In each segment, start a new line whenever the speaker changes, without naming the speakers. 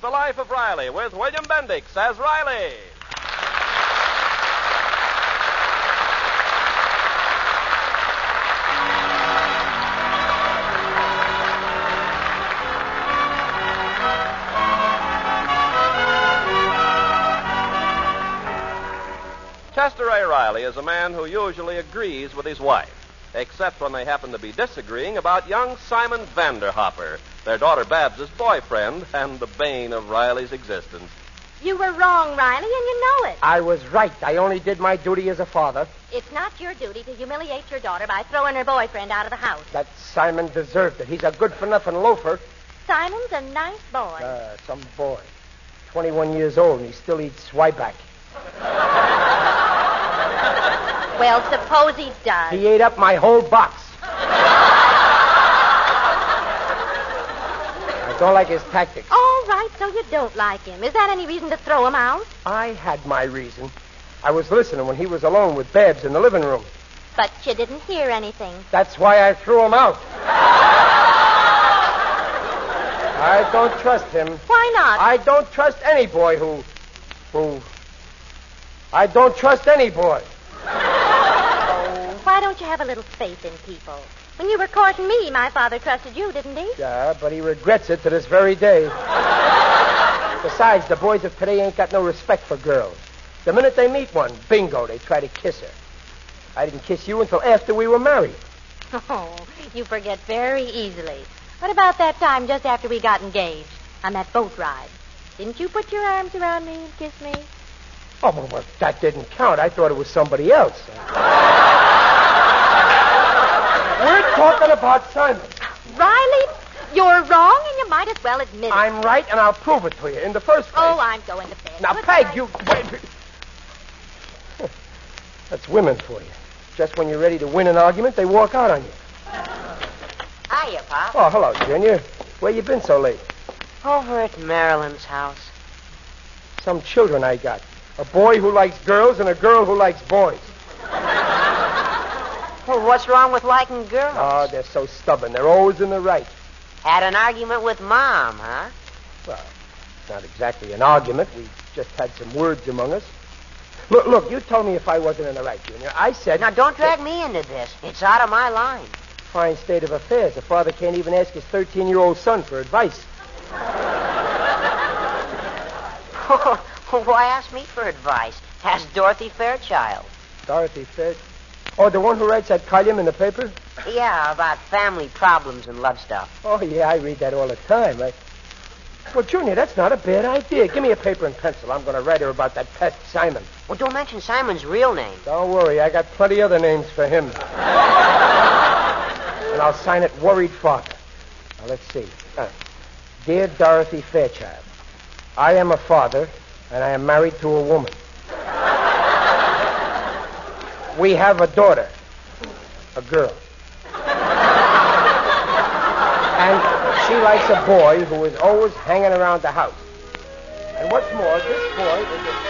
The Life of Riley with William Bendix as Riley. Chester A. Riley is a man who usually agrees with his wife, except when they happen to be disagreeing about young Simon Vanderhopper, their daughter Babs's boyfriend and the bane of Riley's existence.
You were wrong, Riley, and you know it.
I was right. I only did my duty as a father.
It's not your duty to humiliate your daughter by throwing her boyfriend out of the house.
That Simon deserved it. He's a good for nothing loafer.
Simon's a nice boy.
Uh, some boy. 21 years old, and he still eats swiback.
well, suppose he does.
He ate up my whole box. I don't like his tactics.
All right, so you don't like him. Is that any reason to throw him out?
I had my reason. I was listening when he was alone with Babs in the living room.
But you didn't hear anything.
That's why I threw him out. I don't trust him.
Why not?
I don't trust any boy who. who. I don't trust any boy.
Why don't you have a little faith in people? When you were courting me, my father trusted you, didn't he?
Yeah, but he regrets it to this very day. Besides, the boys of today ain't got no respect for girls. The minute they meet one, bingo, they try to kiss her. I didn't kiss you until after we were married.
Oh, you forget very easily. What about that time just after we got engaged on that boat ride? Didn't you put your arms around me and kiss me?
Oh, well, well, that didn't count. I thought it was somebody else. We're talking about Simon.
Riley, you're wrong, and you might as well admit it.
I'm right, and I'll prove it to you in the first place.
Oh, I'm going to bed.
Now,
Good
Peg,
night.
you. wait. That's women for you. Just when you're ready to win an argument, they walk out on you.
Hiya, Pop.
Oh, hello, Junior. Where you been so late?
Over Oh, at Marilyn's house.
Some children I got. A boy who likes girls and a girl who likes boys.
Well, what's wrong with liking girls?
Oh, they're so stubborn. They're always in the right.
Had an argument with Mom, huh?
Well, not exactly an argument. We just had some words among us. Look, look, you told me if I wasn't in the right, Junior. I said.
Now, don't drag me into this. It's out of my line.
Fine state of affairs. A father can't even ask his 13 year old son for advice.
Why ask me for advice? Ask Dorothy Fairchild.
Dorothy Fair. Oh, the one who writes that column in the paper?
Yeah, about family problems and love stuff.
Oh, yeah, I read that all the time. I... Well, Junior, that's not a bad idea. Give me a paper and pencil. I'm going to write her about that pest Simon.
Well, don't mention Simon's real name.
Don't worry, I got plenty other names for him. and I'll sign it Worried Father. Now, let's see. Uh, Dear Dorothy Fairchild, I am a father, and I am married to a woman. we have a daughter, a girl. and she likes a boy who is always hanging around the house. And what's more, this boy is a.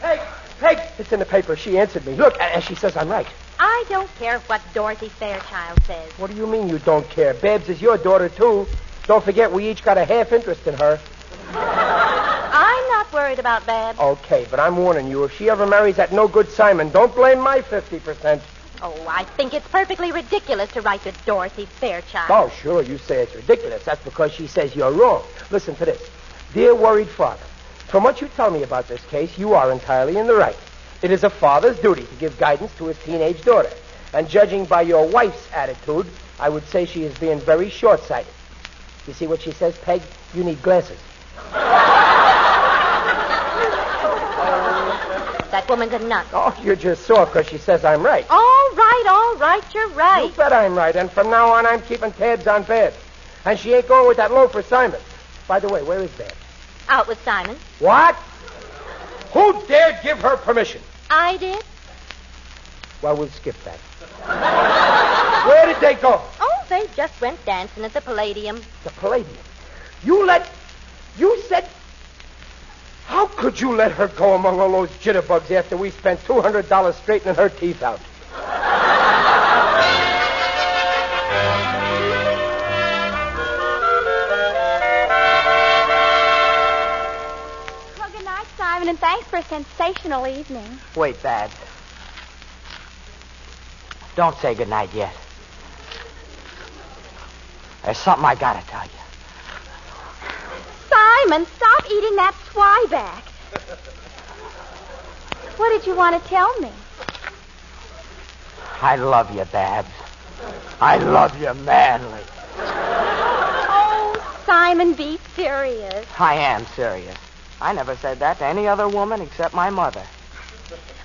Peg, Peg, it's in the paper. She answered me. Look, and she says I'm right.
I don't care what Dorothy Fairchild says.
What do you mean you don't care? Babs is your daughter, too. Don't forget, we each got a half interest in her.
I'm not worried about Babs.
Okay, but I'm warning you, if she ever marries that no good Simon, don't blame my 50%.
Oh, I think it's perfectly ridiculous to write to Dorothy Fairchild.
Oh, sure, you say it's ridiculous. That's because she says you're wrong. Listen to this. Dear worried father, from what you tell me about this case, you are entirely in the right. It is a father's duty to give guidance to his teenage daughter. And judging by your wife's attitude, I would say she is being very short sighted. You see what she says, Peg? You need glasses.
That woman's a nut.
Oh, you're just sore because she says I'm right.
All right, all right, you're
You
right.
bet I'm right, and from now on I'm keeping tabs on Babs. And she ain't going with that loafer Simon. By the way, where is Babs?
Out with Simon.
What? Who dared give her permission?
I did.
Well, we'll skip that. Where did they go?
Oh, they just went dancing at the Palladium.
The Palladium. You let. You said. How could you let her go among all those jitterbugs after we spent $200 straightening her teeth out?
sensational evening.
Wait, Babs. Don't say goodnight yet. There's something I gotta tell you.
Simon, stop eating that swyback. What did you want to tell me?
I love you, Babs. I love you manly.
Oh, Simon, be serious.
I am serious. I never said that to any other woman except my mother.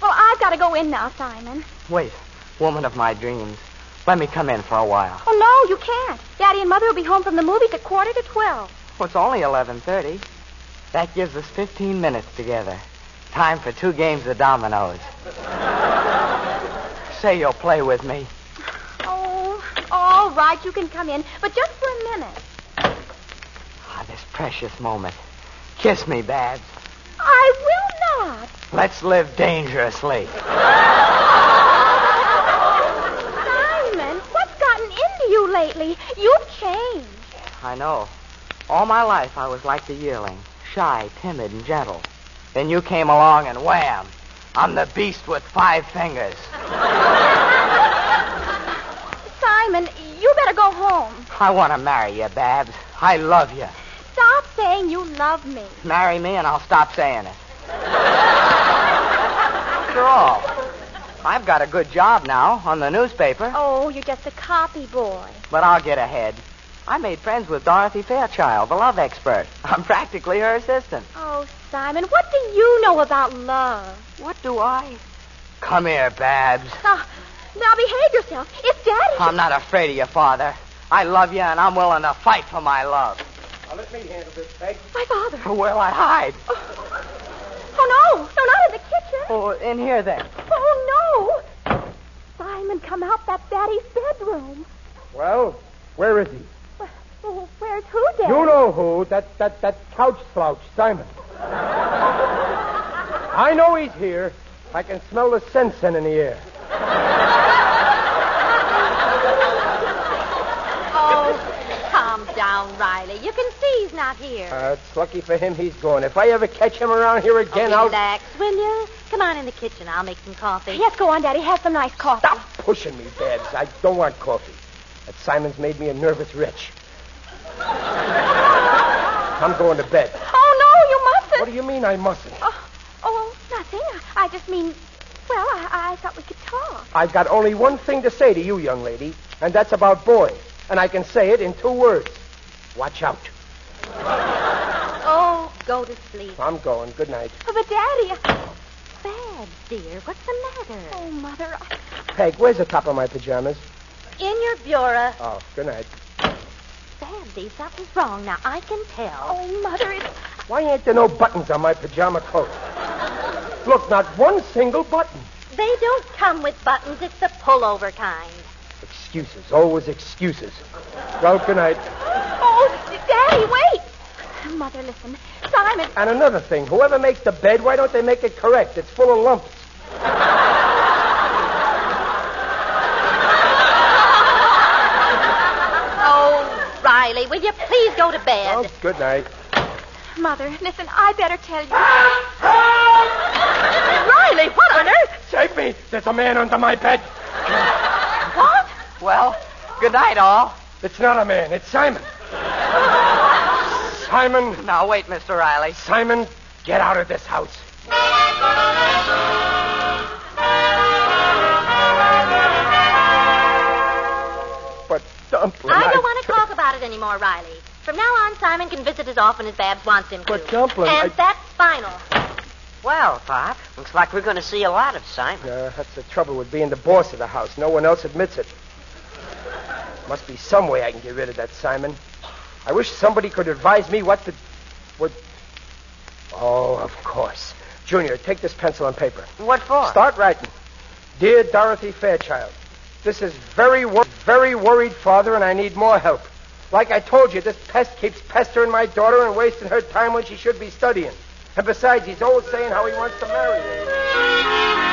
Well, Oh, I've got to go in now, Simon.
Wait, woman of my dreams. Let me come in for a while.
Oh, no, you can't. Daddy and Mother will be home from the movies at quarter to twelve.
Well, it's only 11.30. That gives us 15 minutes together. Time for two games of dominoes. Say you'll play with me.
Oh, all right, you can come in, but just for a minute.
Ah, this precious moment. Kiss me, Babs.
I will not.
Let's live dangerously.
Simon, what's gotten into you lately? You've changed.
I know. All my life I was like the yearling, shy, timid, and gentle. Then you came along and wham! I'm the beast with five fingers.
Simon, you better go home.
I want to marry you, Babs. I love you.
Stop saying you love me.
Marry me and I'll stop saying it. After all, I've got a good job now on the newspaper,
Oh, you're just a copy boy.
but I'll get ahead. I made friends with Dorothy Fairchild, the love expert. I'm practically her assistant.
Oh, Simon, what do you know about love?
What do I? Come here, Babs.
Now, now behave yourself. It's Daddy.
I'm not afraid of you, Father. I love you, and I'm willing to fight for my love.
Now, let me handle this, Peg.
My father.
Where'll I hide?
Oh, no. No, not in the kitchen.
Oh, in here then.
Oh, no. Simon, come out that Daddy's bedroom.
Well, where is he?
Well, Where's who, Daddy?
You know who? That that that couch slouch, Simon. I know he's here. I can smell the scent in the air.
Oh, calm down, Riley. You can see he's not here.
Uh, it's lucky for him he's gone. If I ever catch him around here again,
Okay,
I'll
relax, will you? Come on in the kitchen. I'll make some coffee.
Yes, go on, Daddy. Have some nice coffee.
stop pushing me, Babs. I don't want coffee. That Simon's made me a nervous wretch. I'm going to bed.
Oh, no, you mustn't.
What do you mean I mustn't?
Oh, oh, nothing. I- I just mean, well, I, I thought we could talk.
I've got only one thing to say to you, young lady, and that's about boys. And I can say it in two words. Watch out.
Oh, go to sleep.
I'm going. Good night.
Oh, but, Daddy. I-
Babs, dear, what's the matter?
Oh, Mother. I-
Peg, where's the top of my pajamas?
In your bureau.
Oh, good night.
Babsy, something's wrong. Now, I can tell.
Oh, Mother, it's.
Why ain't there no buttons on my pajama coat? Look, not one single button.
They don't come with buttons. It's the pullover kind.
Excuses, always excuses. Well, good night.
Oh, Daddy, wait. Mother, listen. Simon.
And another thing, whoever makes the bed, why don't they make it correct? It's full of lumps.
Oh, Riley, will you please go to bed?
Oh, good night.
Mother, listen, I better tell you.
Riley, what on earth?
Save me! There's a man under my bed.
What?
Well, good night, all.
It's not a man. It's Simon. Simon,
Now, wait, Mr. Riley.
Simon, get out of this house. But Dumpling,
I don't want to talk about it anymore, Riley. From now on, Simon can visit as often as Babs wants him to.
But, Dumpling,
And
I-
that's final.
Well, Pop, looks like we're going to see a lot of Simon.
Uh, that's the trouble with being the boss of the house. No one else admits it. Must be some way I can get rid of that Simon. I wish somebody could advise me what to. What? Oh, of course. Junior, take this pencil and paper.
What for?
Start writing. Dear Dorothy Fairchild, this is very, wor- very worried father, and I need more help. Like I told you, this pest keeps pestering my daughter and wasting her time when she should be studying. And besides, he's always saying how he wants to marry her.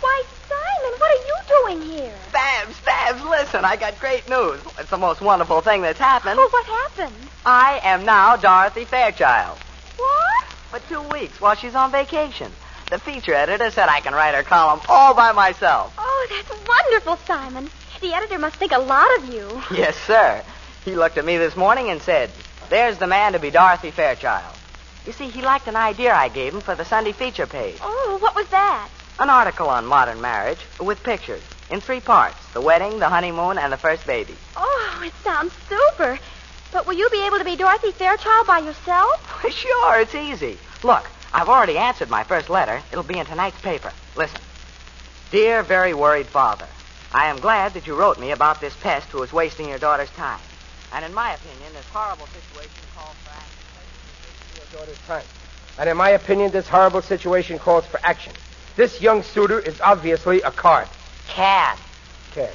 Why, Simon, what are you doing here?
Babs, Babs, listen, I got great news. It's the most wonderful thing that's happened.
Oh, what happened?
I am now Dorothy Fairchild.
What?
For two weeks while she's on vacation. The feature editor said I can write her column all by myself.
Oh, that's wonderful, Simon. The editor must think a lot of you.
Yes, sir. He looked at me this morning and said, There's the man to be Dorothy Fairchild. You see, he liked an idea I gave him for the Sunday feature page
Oh, what was that?
an article on modern marriage with pictures in three parts the wedding, the honeymoon, and the first baby.
Oh, it sounds super. But will you be able to be Dorothy Fairchild by yourself?
sure, it's easy. Look, I've already answered my first letter. It'll be in tonight's paper. Listen. Dear very worried father, I am glad that you wrote me about this pest who is wasting your daughter's time. And in my opinion, this horrible situation calls for action.
your daughter's time. And in my opinion, this horrible situation calls for action. This young suitor is obviously a card.
Cat.
Okay.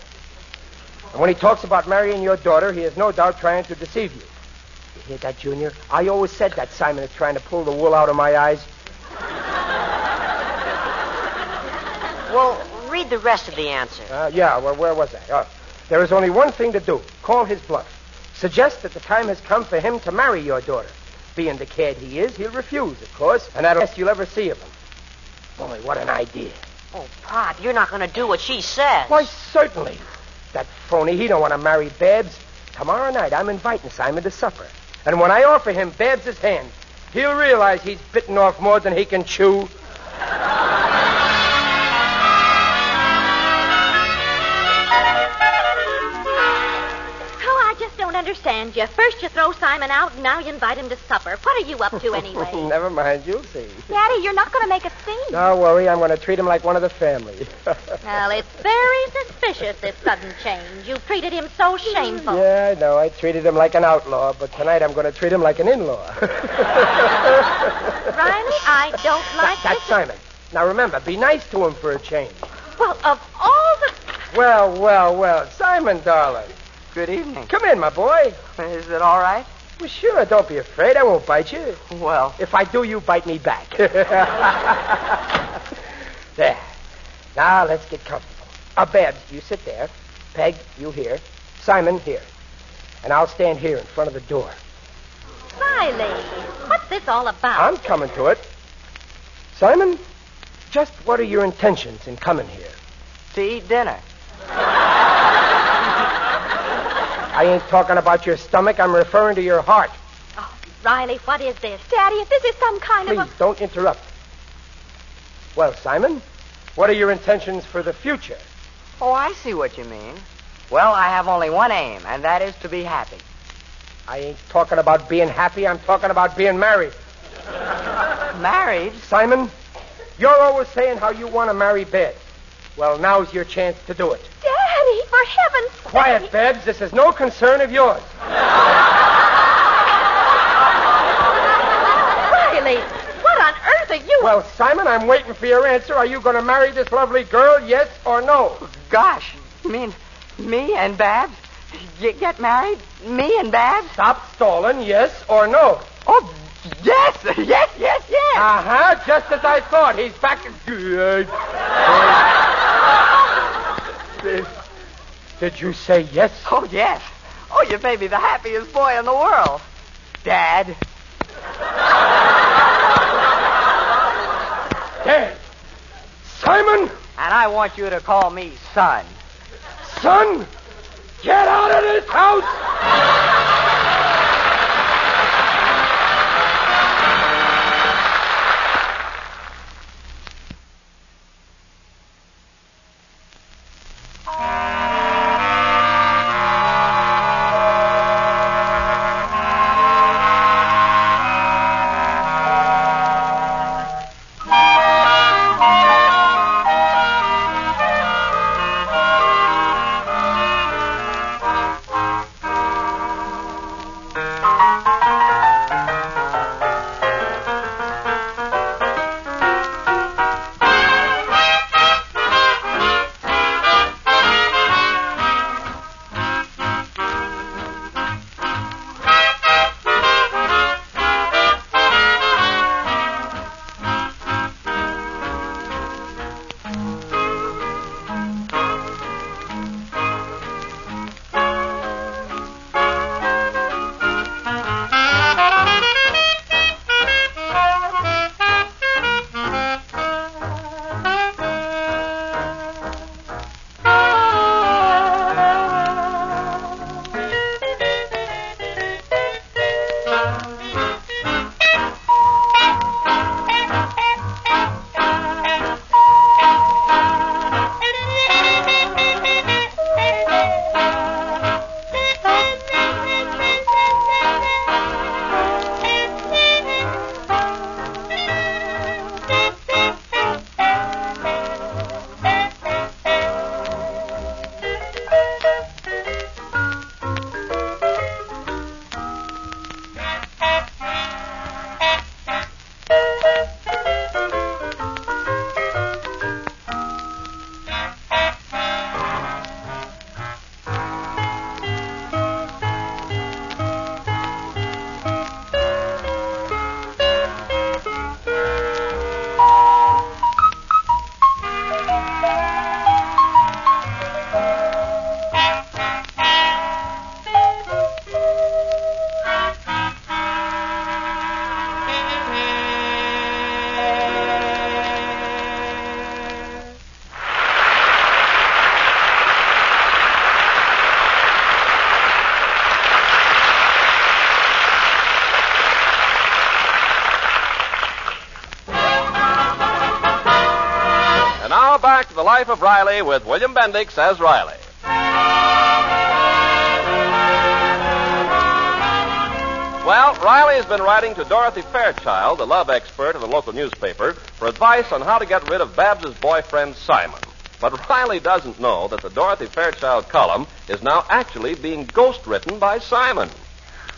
And when he talks about marrying your daughter, he is no doubt trying to deceive you. You hear that, Junior? I always said that Simon is trying to pull the wool out of my eyes.
Well, read the rest of the answer.
Uh, yeah, well, where was I? Oh, there is only one thing to do call his bluff. Suggest that the time has come for him to marry your daughter. Being the cad he is, he'll refuse, of course, and that'll best you'll ever see of him. Boy, what an idea.
Oh, Pop, you're not going to do what she says.
Why, certainly. That phony, he don't want to marry Babs. Tomorrow night, I'm inviting Simon to supper. And when I offer him Babs's hand, he'll realize he's bitten off more than he can chew.
Oh, I just don't understand you. First you throw Simon out, and now you invite him to supper. What are you up to anyway?
Never mind, you'll see.
Daddy, you're not going to make a scene.
Don't worry, I'm going to treat him like one of the family.
well, it's very suspicious, this sudden change. You've treated him so shameful.
yeah, I know. I treated him like an outlaw, but tonight I'm going to treat him like an in-law.
Riley, I don't like
That's
this.
Simon. Now remember, be nice to him for a change.
Well, of all the...
Well, well, well, Simon, darling.
Good evening.
Come in, my boy.
Is it all right?
Well, sure, don't be afraid. I won't bite you.
Well,
If I do, you bite me back. there. Now let's get comfortable. Uh, Babs, you sit there. Peg, you here. Simon, here. And I'll stand here in front of the door.
Riley, what's this all about?
I'm coming to it. Simon, just what are your intentions in coming here?
to eat dinner.
I ain't talking about your stomach. I'm referring to your heart.
Oh, Riley, what is this?
Daddy, if this is some kind
Please
of a...
don't interrupt. Well, Simon, what are your intentions for the future?
Oh, I see what you mean. Well, I have only one aim, and that is to be happy.
I ain't talking about being happy. I'm talking about being married.
Married?
Simon, you're always saying how you want to marry Babs. Well, now's your chance to do it.
Daddy, for heaven's sake.
Quiet, Babs. This is no concern of yours.
Riley, what on earth are you...
Well, Simon, I'm waiting for your answer. Are you going to marry this lovely girl, yes or no?
Gosh, you mean me and Babs? G- get married? Me and Babs?
Stop stalling, yes or no?
Oh, yes, yes, yes, yes.
Uh huh, just as I thought. He's back. Good. Did you say yes?
oh, yes. Oh, you may be the happiest boy in the world. Dad.
Dad. Simon,
And I want you to call me son.
son, get out of this house!
now back to the life of Riley with William Bendix as Riley. Well, Riley has been writing to Dorothy Fairchild, the love expert of the local newspaper, for advice on how to get rid of Babs's boyfriend Simon. But Riley doesn't know that the Dorothy Fairchild column is now actually being ghostwritten by Simon.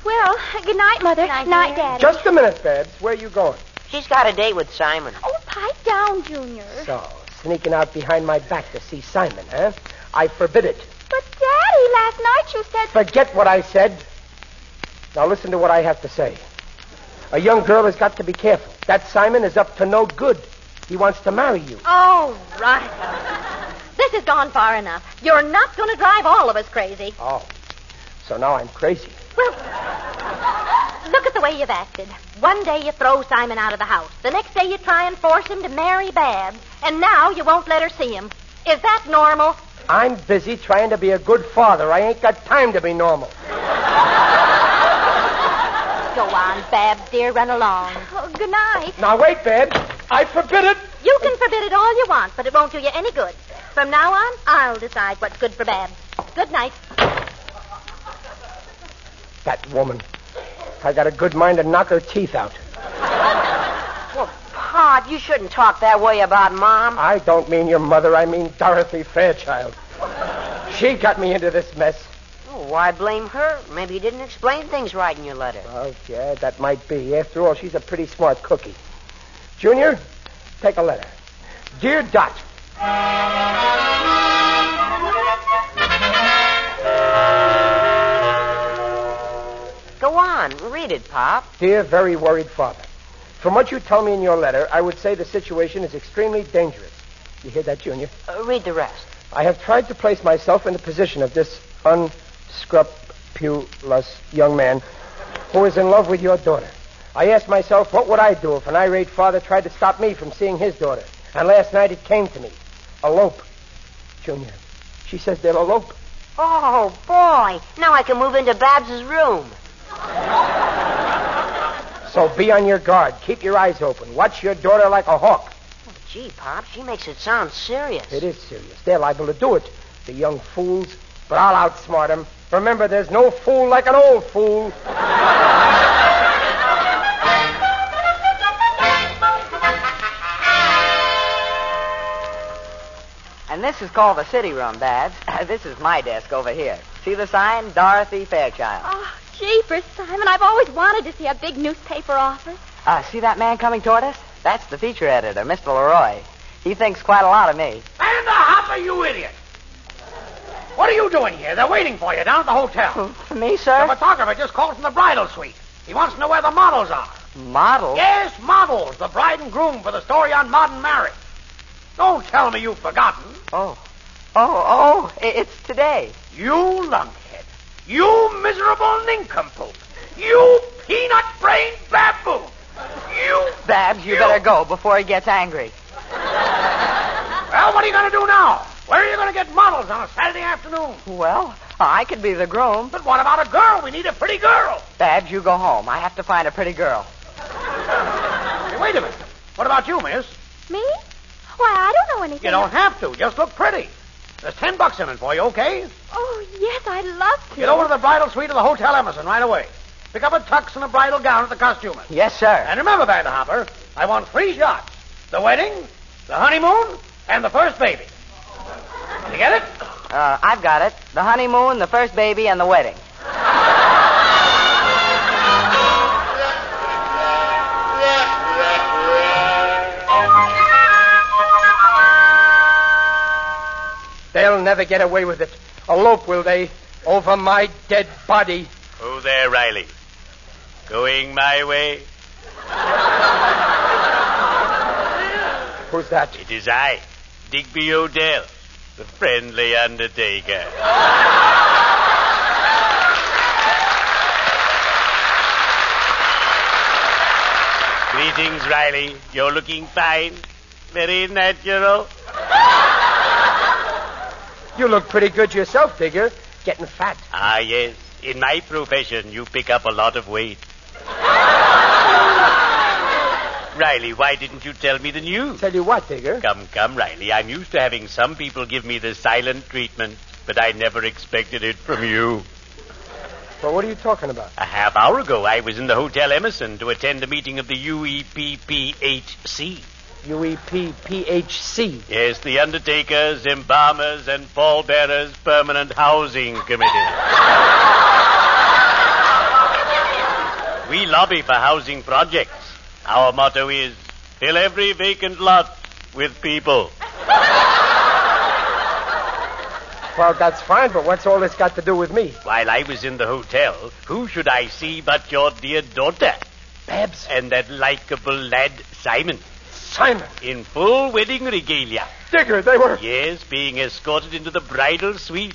Well, good night, Mother. Good night, Daddy.
Just a minute, Babs. Where are you going?
She's got a date with Simon.
Oh, pipe down, Junior.
So, Oh, sneaking out behind my back to see Simon, huh? I forbid it.
But, Daddy, last night you said...
Forget what I said. Now listen to what I have to say. A young girl has got to be careful. That Simon is up to no good. He wants to marry you.
All right. this has gone far enough. You're not going to drive all of us crazy.
Oh, so now I'm crazy.
Well, look at the way you've acted. One day you throw Simon out of the house. The next day you try and force him to marry Babs. And now you won't let her see him. Is that normal?
I'm busy trying to be a good father. I ain't got time to be normal.
Go on, Babs, dear. Run along.
Oh, good night.
Now wait, Babs. I forbid it.
You can forbid it all you want, but it won't do you any good. From now on, I'll decide what's good for Babs. Good night.
That woman. I got a good mind to knock her teeth out.
Well, Pod, you shouldn't talk that way about Mom.
I don't mean your mother. I mean Dorothy Fairchild. She got me into this mess.
Oh, why blame her? Maybe you didn't explain things right in your letter.
Oh, yeah, that might be. After all, she's a pretty smart cookie. Junior, take a letter. Dear Dot.
Go on, read it, Pop.
Dear very worried father, from what you tell me in your letter, I would say the situation is extremely dangerous. You hear that, Junior?
Uh, read the rest.
I have tried to place myself in the position of this unscrupulous young man who is in love with your daughter. I asked myself, what would I do if an irate father tried to stop me from seeing his daughter? And last night it came to me. Elope. Junior, she says they'll elope.
Oh, boy. Now I can move into Babs's room.
So be on your guard. Keep your eyes open. Watch your daughter like a hawk.
Gee, Pop, she makes it sound serious.
It is serious. They're liable to do it, the young fools. But I'll outsmart them. Remember, there's no fool like an old fool.
And this is called the city room, Babs. Uh, this is my desk over here. See the sign? Dorothy Fairchild.
Oh, jeepers, Simon. I've always wanted to see a big newspaper office.
Uh, see that man coming toward us? That's the feature editor, Mr. Leroy. He thinks quite a lot of me.
And the hopper, you idiot! What are you doing here? They're waiting for you down at the hotel.
me,
The
sir?
photographer just called from the bridal suite. He wants to know where the models are.
Model?
Yes, models, the bride and groom for the story on modern marriage. Don't tell me you've forgotten.
Oh. Oh, oh, i- it's today.
You lunkhead. You miserable nincompoop. You peanut-brained baboon. You...
Babs, you better go before he gets angry.
Well, what are you going to do now? Where are you going to get models on a Saturday afternoon?
Well, I could be the groom.
But what about a girl? We need a pretty girl.
Babs, you go home. I have to find a pretty girl.
Hey, wait a minute. What about you, miss?
Me? Why, I don't know anything.
You don't have to. Just look pretty. There's ten bucks in it for you, okay?
Oh, yes, I'd love to.
Get over to the bridal suite of the Hotel Emerson right away. Pick up a tux and a bridal gown at the costumer's.
Yes, sir.
And remember, Vanderhopper, I want three shots. The wedding, the honeymoon, and the first baby. You get it?
Uh, I've got it. The honeymoon, the first baby, and the wedding.
They'll never get away with it. Elope, will they? Over my dead body.
Oh, there, Riley. Going my way?
Who's that?
It is I, Digby Odell, the friendly undertaker. Greetings, Riley. You're looking fine. Very natural.
You look pretty good yourself, Digger. Getting fat.
Ah, yes. In my profession, you pick up a lot of weight. Riley, why didn't you tell me the news?
Tell you what, Digger.
Come, come, Riley. I'm used to having some people give me the silent treatment, but I never expected it from you.
Well, what are you talking about?
A half hour ago, I was in the Hotel Emerson to attend a meeting of the E UEPPHC.
E UEPPHC.
Yes, the Undertakers, Embalmers, and Pallbearers Permanent Housing Committee. we lobby for housing projects. Our motto is fill every vacant lot with people.
Well, that's fine, but what's all this got to do with me?
While I was in the hotel, who should I see but your dear daughter?
Babs.
And that likable lad, Simon,
Simon.
in full wedding regalia.
Digger, they were.
Yes, being escorted into the bridal suite.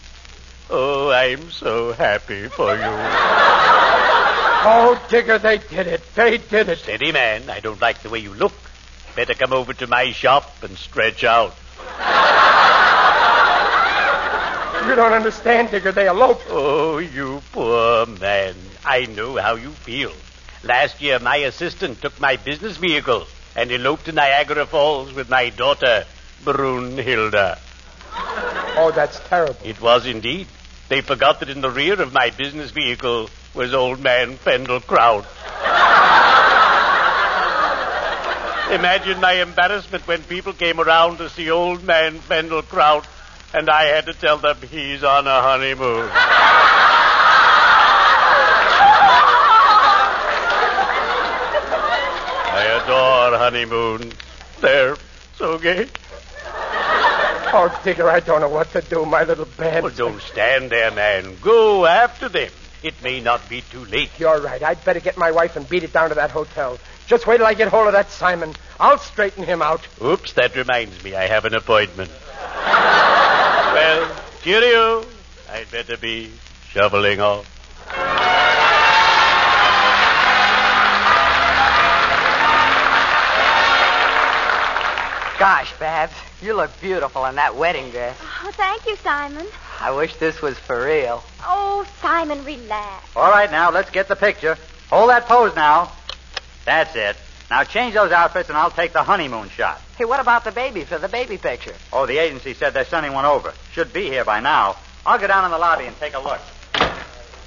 Oh, I'm so happy for you.
Oh, Digger, they did it. They did it.
Steady, man. I don't like the way you look. Better come over to my shop and stretch out.
You don't understand, Digger. They eloped.
Oh, you poor man. I know how you feel. Last year, my assistant took my business vehicle and eloped to Niagara Falls with my daughter, Brunhilde.
Oh, that's terrible.
It was indeed. They forgot that in the rear of my business vehicle was old man Fendel Kraut. Imagine my embarrassment when people came around to see old man Fendel Kraut, and I had to tell them he's on a honeymoon. I adore honeymoons. They're so gay.
Oh, Digger, I don't know what to do. My little Babs.
Well, don't stand there, man. Go after them. It may not be too late.
You're right. I'd better get my wife and beat it down to that hotel. Just wait till I get hold of that Simon. I'll straighten him out.
Oops, that reminds me. I have an appointment. well, cheerio. I'd better be shoveling off.
Gosh, Babs, you look beautiful in that wedding dress.
Oh, thank you, Simon.
I wish this was for real.
Oh, Simon, relax.
All right, now, let's get the picture. Hold that pose now. That's it. Now change those outfits and I'll take the honeymoon shot.
Hey, what about the baby for the baby picture?
Oh, the agency said they're sending one over. Should be here by now. I'll go down in the lobby and take a look.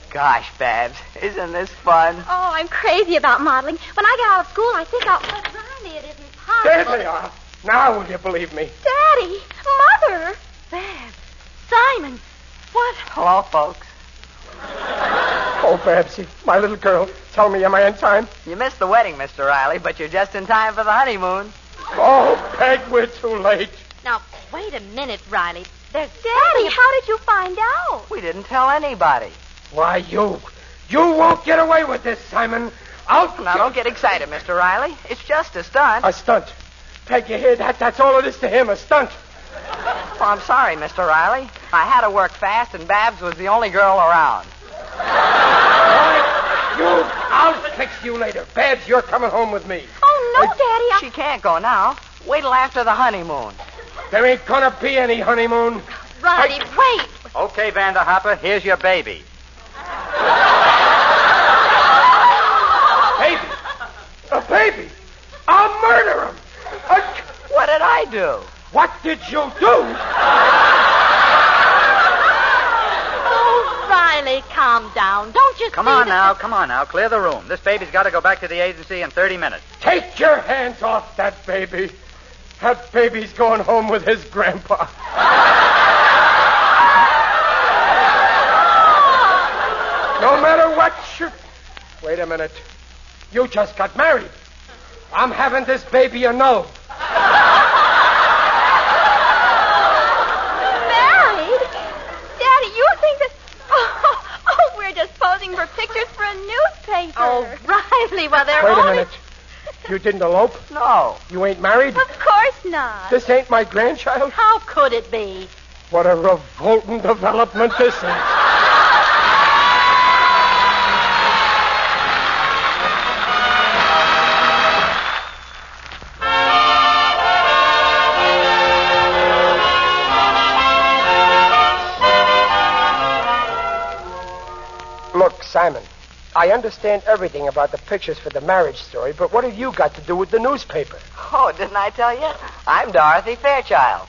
Gosh, Babs, isn't this fun?
Oh, I'm crazy about modeling. When I get out of school, I think I'll. But Riley, it isn't
There
possible.
they are. Now will you believe me?
Daddy, Mother,
Babs. Simon. What?
Hello, folks.
Oh, Babsy, my little girl. Tell me, am I in time?
You missed the wedding, Mr. Riley, but you're just in time for the honeymoon.
Oh, Peg, we're too late.
Now, wait a minute, Riley. There's
Daddy, how did you find out?
We didn't tell anybody.
Why, you. You won't get away with this, Simon. I'll.
Now, don't get excited, Mr. Riley. It's just a stunt.
A stunt. Peg, you hear that? That's all it is to him, a stunt.
Oh, I'm sorry, Mr. Riley. I had to work fast, and Babs was the only girl around.
You. I'll fix you later. Babs, you're coming home with me.
Oh, no, Daddy. I...
She can't go now. Wait till after the honeymoon.
There ain't gonna be any honeymoon.
Riley, wait.
Okay, Vanderhopper, here's your baby.
Baby. A baby. I'll murder him. A-
What did I do?
What did you do?
Oh, Riley, calm down. Don't you
Come
see
on
that-
now, come on now. Clear the room. This baby's got to go back to the agency in 30 minutes.
Take your hands off that baby. That baby's going home with his grandpa. no matter what you. Wait a minute. You just got married. I'm having this baby or no.
Married? Daddy, you think this. Oh, oh, we're just posing for pictures for a newspaper.
Oh, Riley, well, they're
Wait a
all-
minute. You didn't elope?
No.
You ain't married?
Of course not.
This ain't my grandchild?
How could it be?
What a revolting development this is. Look, Simon, I understand everything about the pictures for the marriage story, but what have you got to do with the newspaper?
Oh, didn't I tell you? I'm Dorothy Fairchild.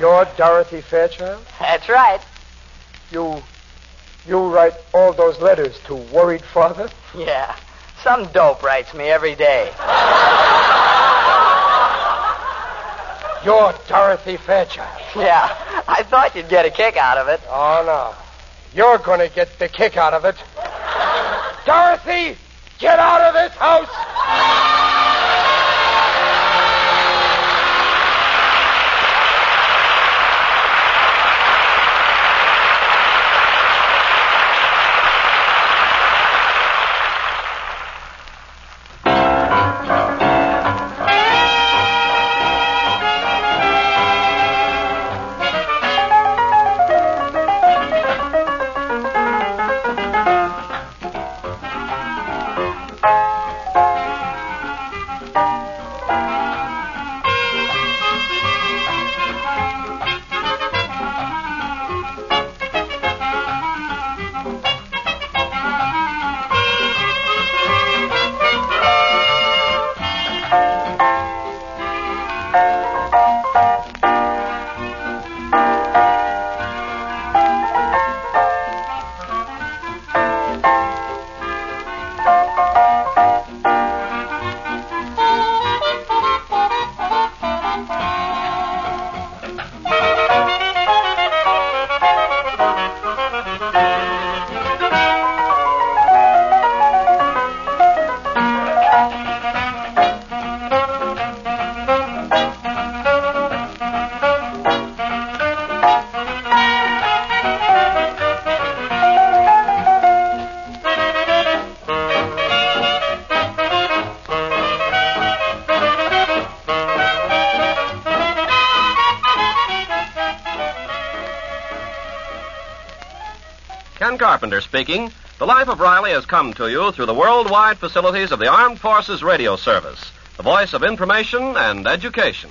You're Dorothy Fairchild?
That's right.
You. You write all those letters to worried father?
Yeah. Some dope writes me every day.
You're Dorothy Fairchild.
Yeah. I thought you'd get a kick out of it.
Oh, no. You're going to get the kick out of it. Dorothy, get out of this house!
Ken Carpenter speaking. The Life of Riley has come to you through the worldwide facilities of the Armed Forces Radio Service, the voice of information and education.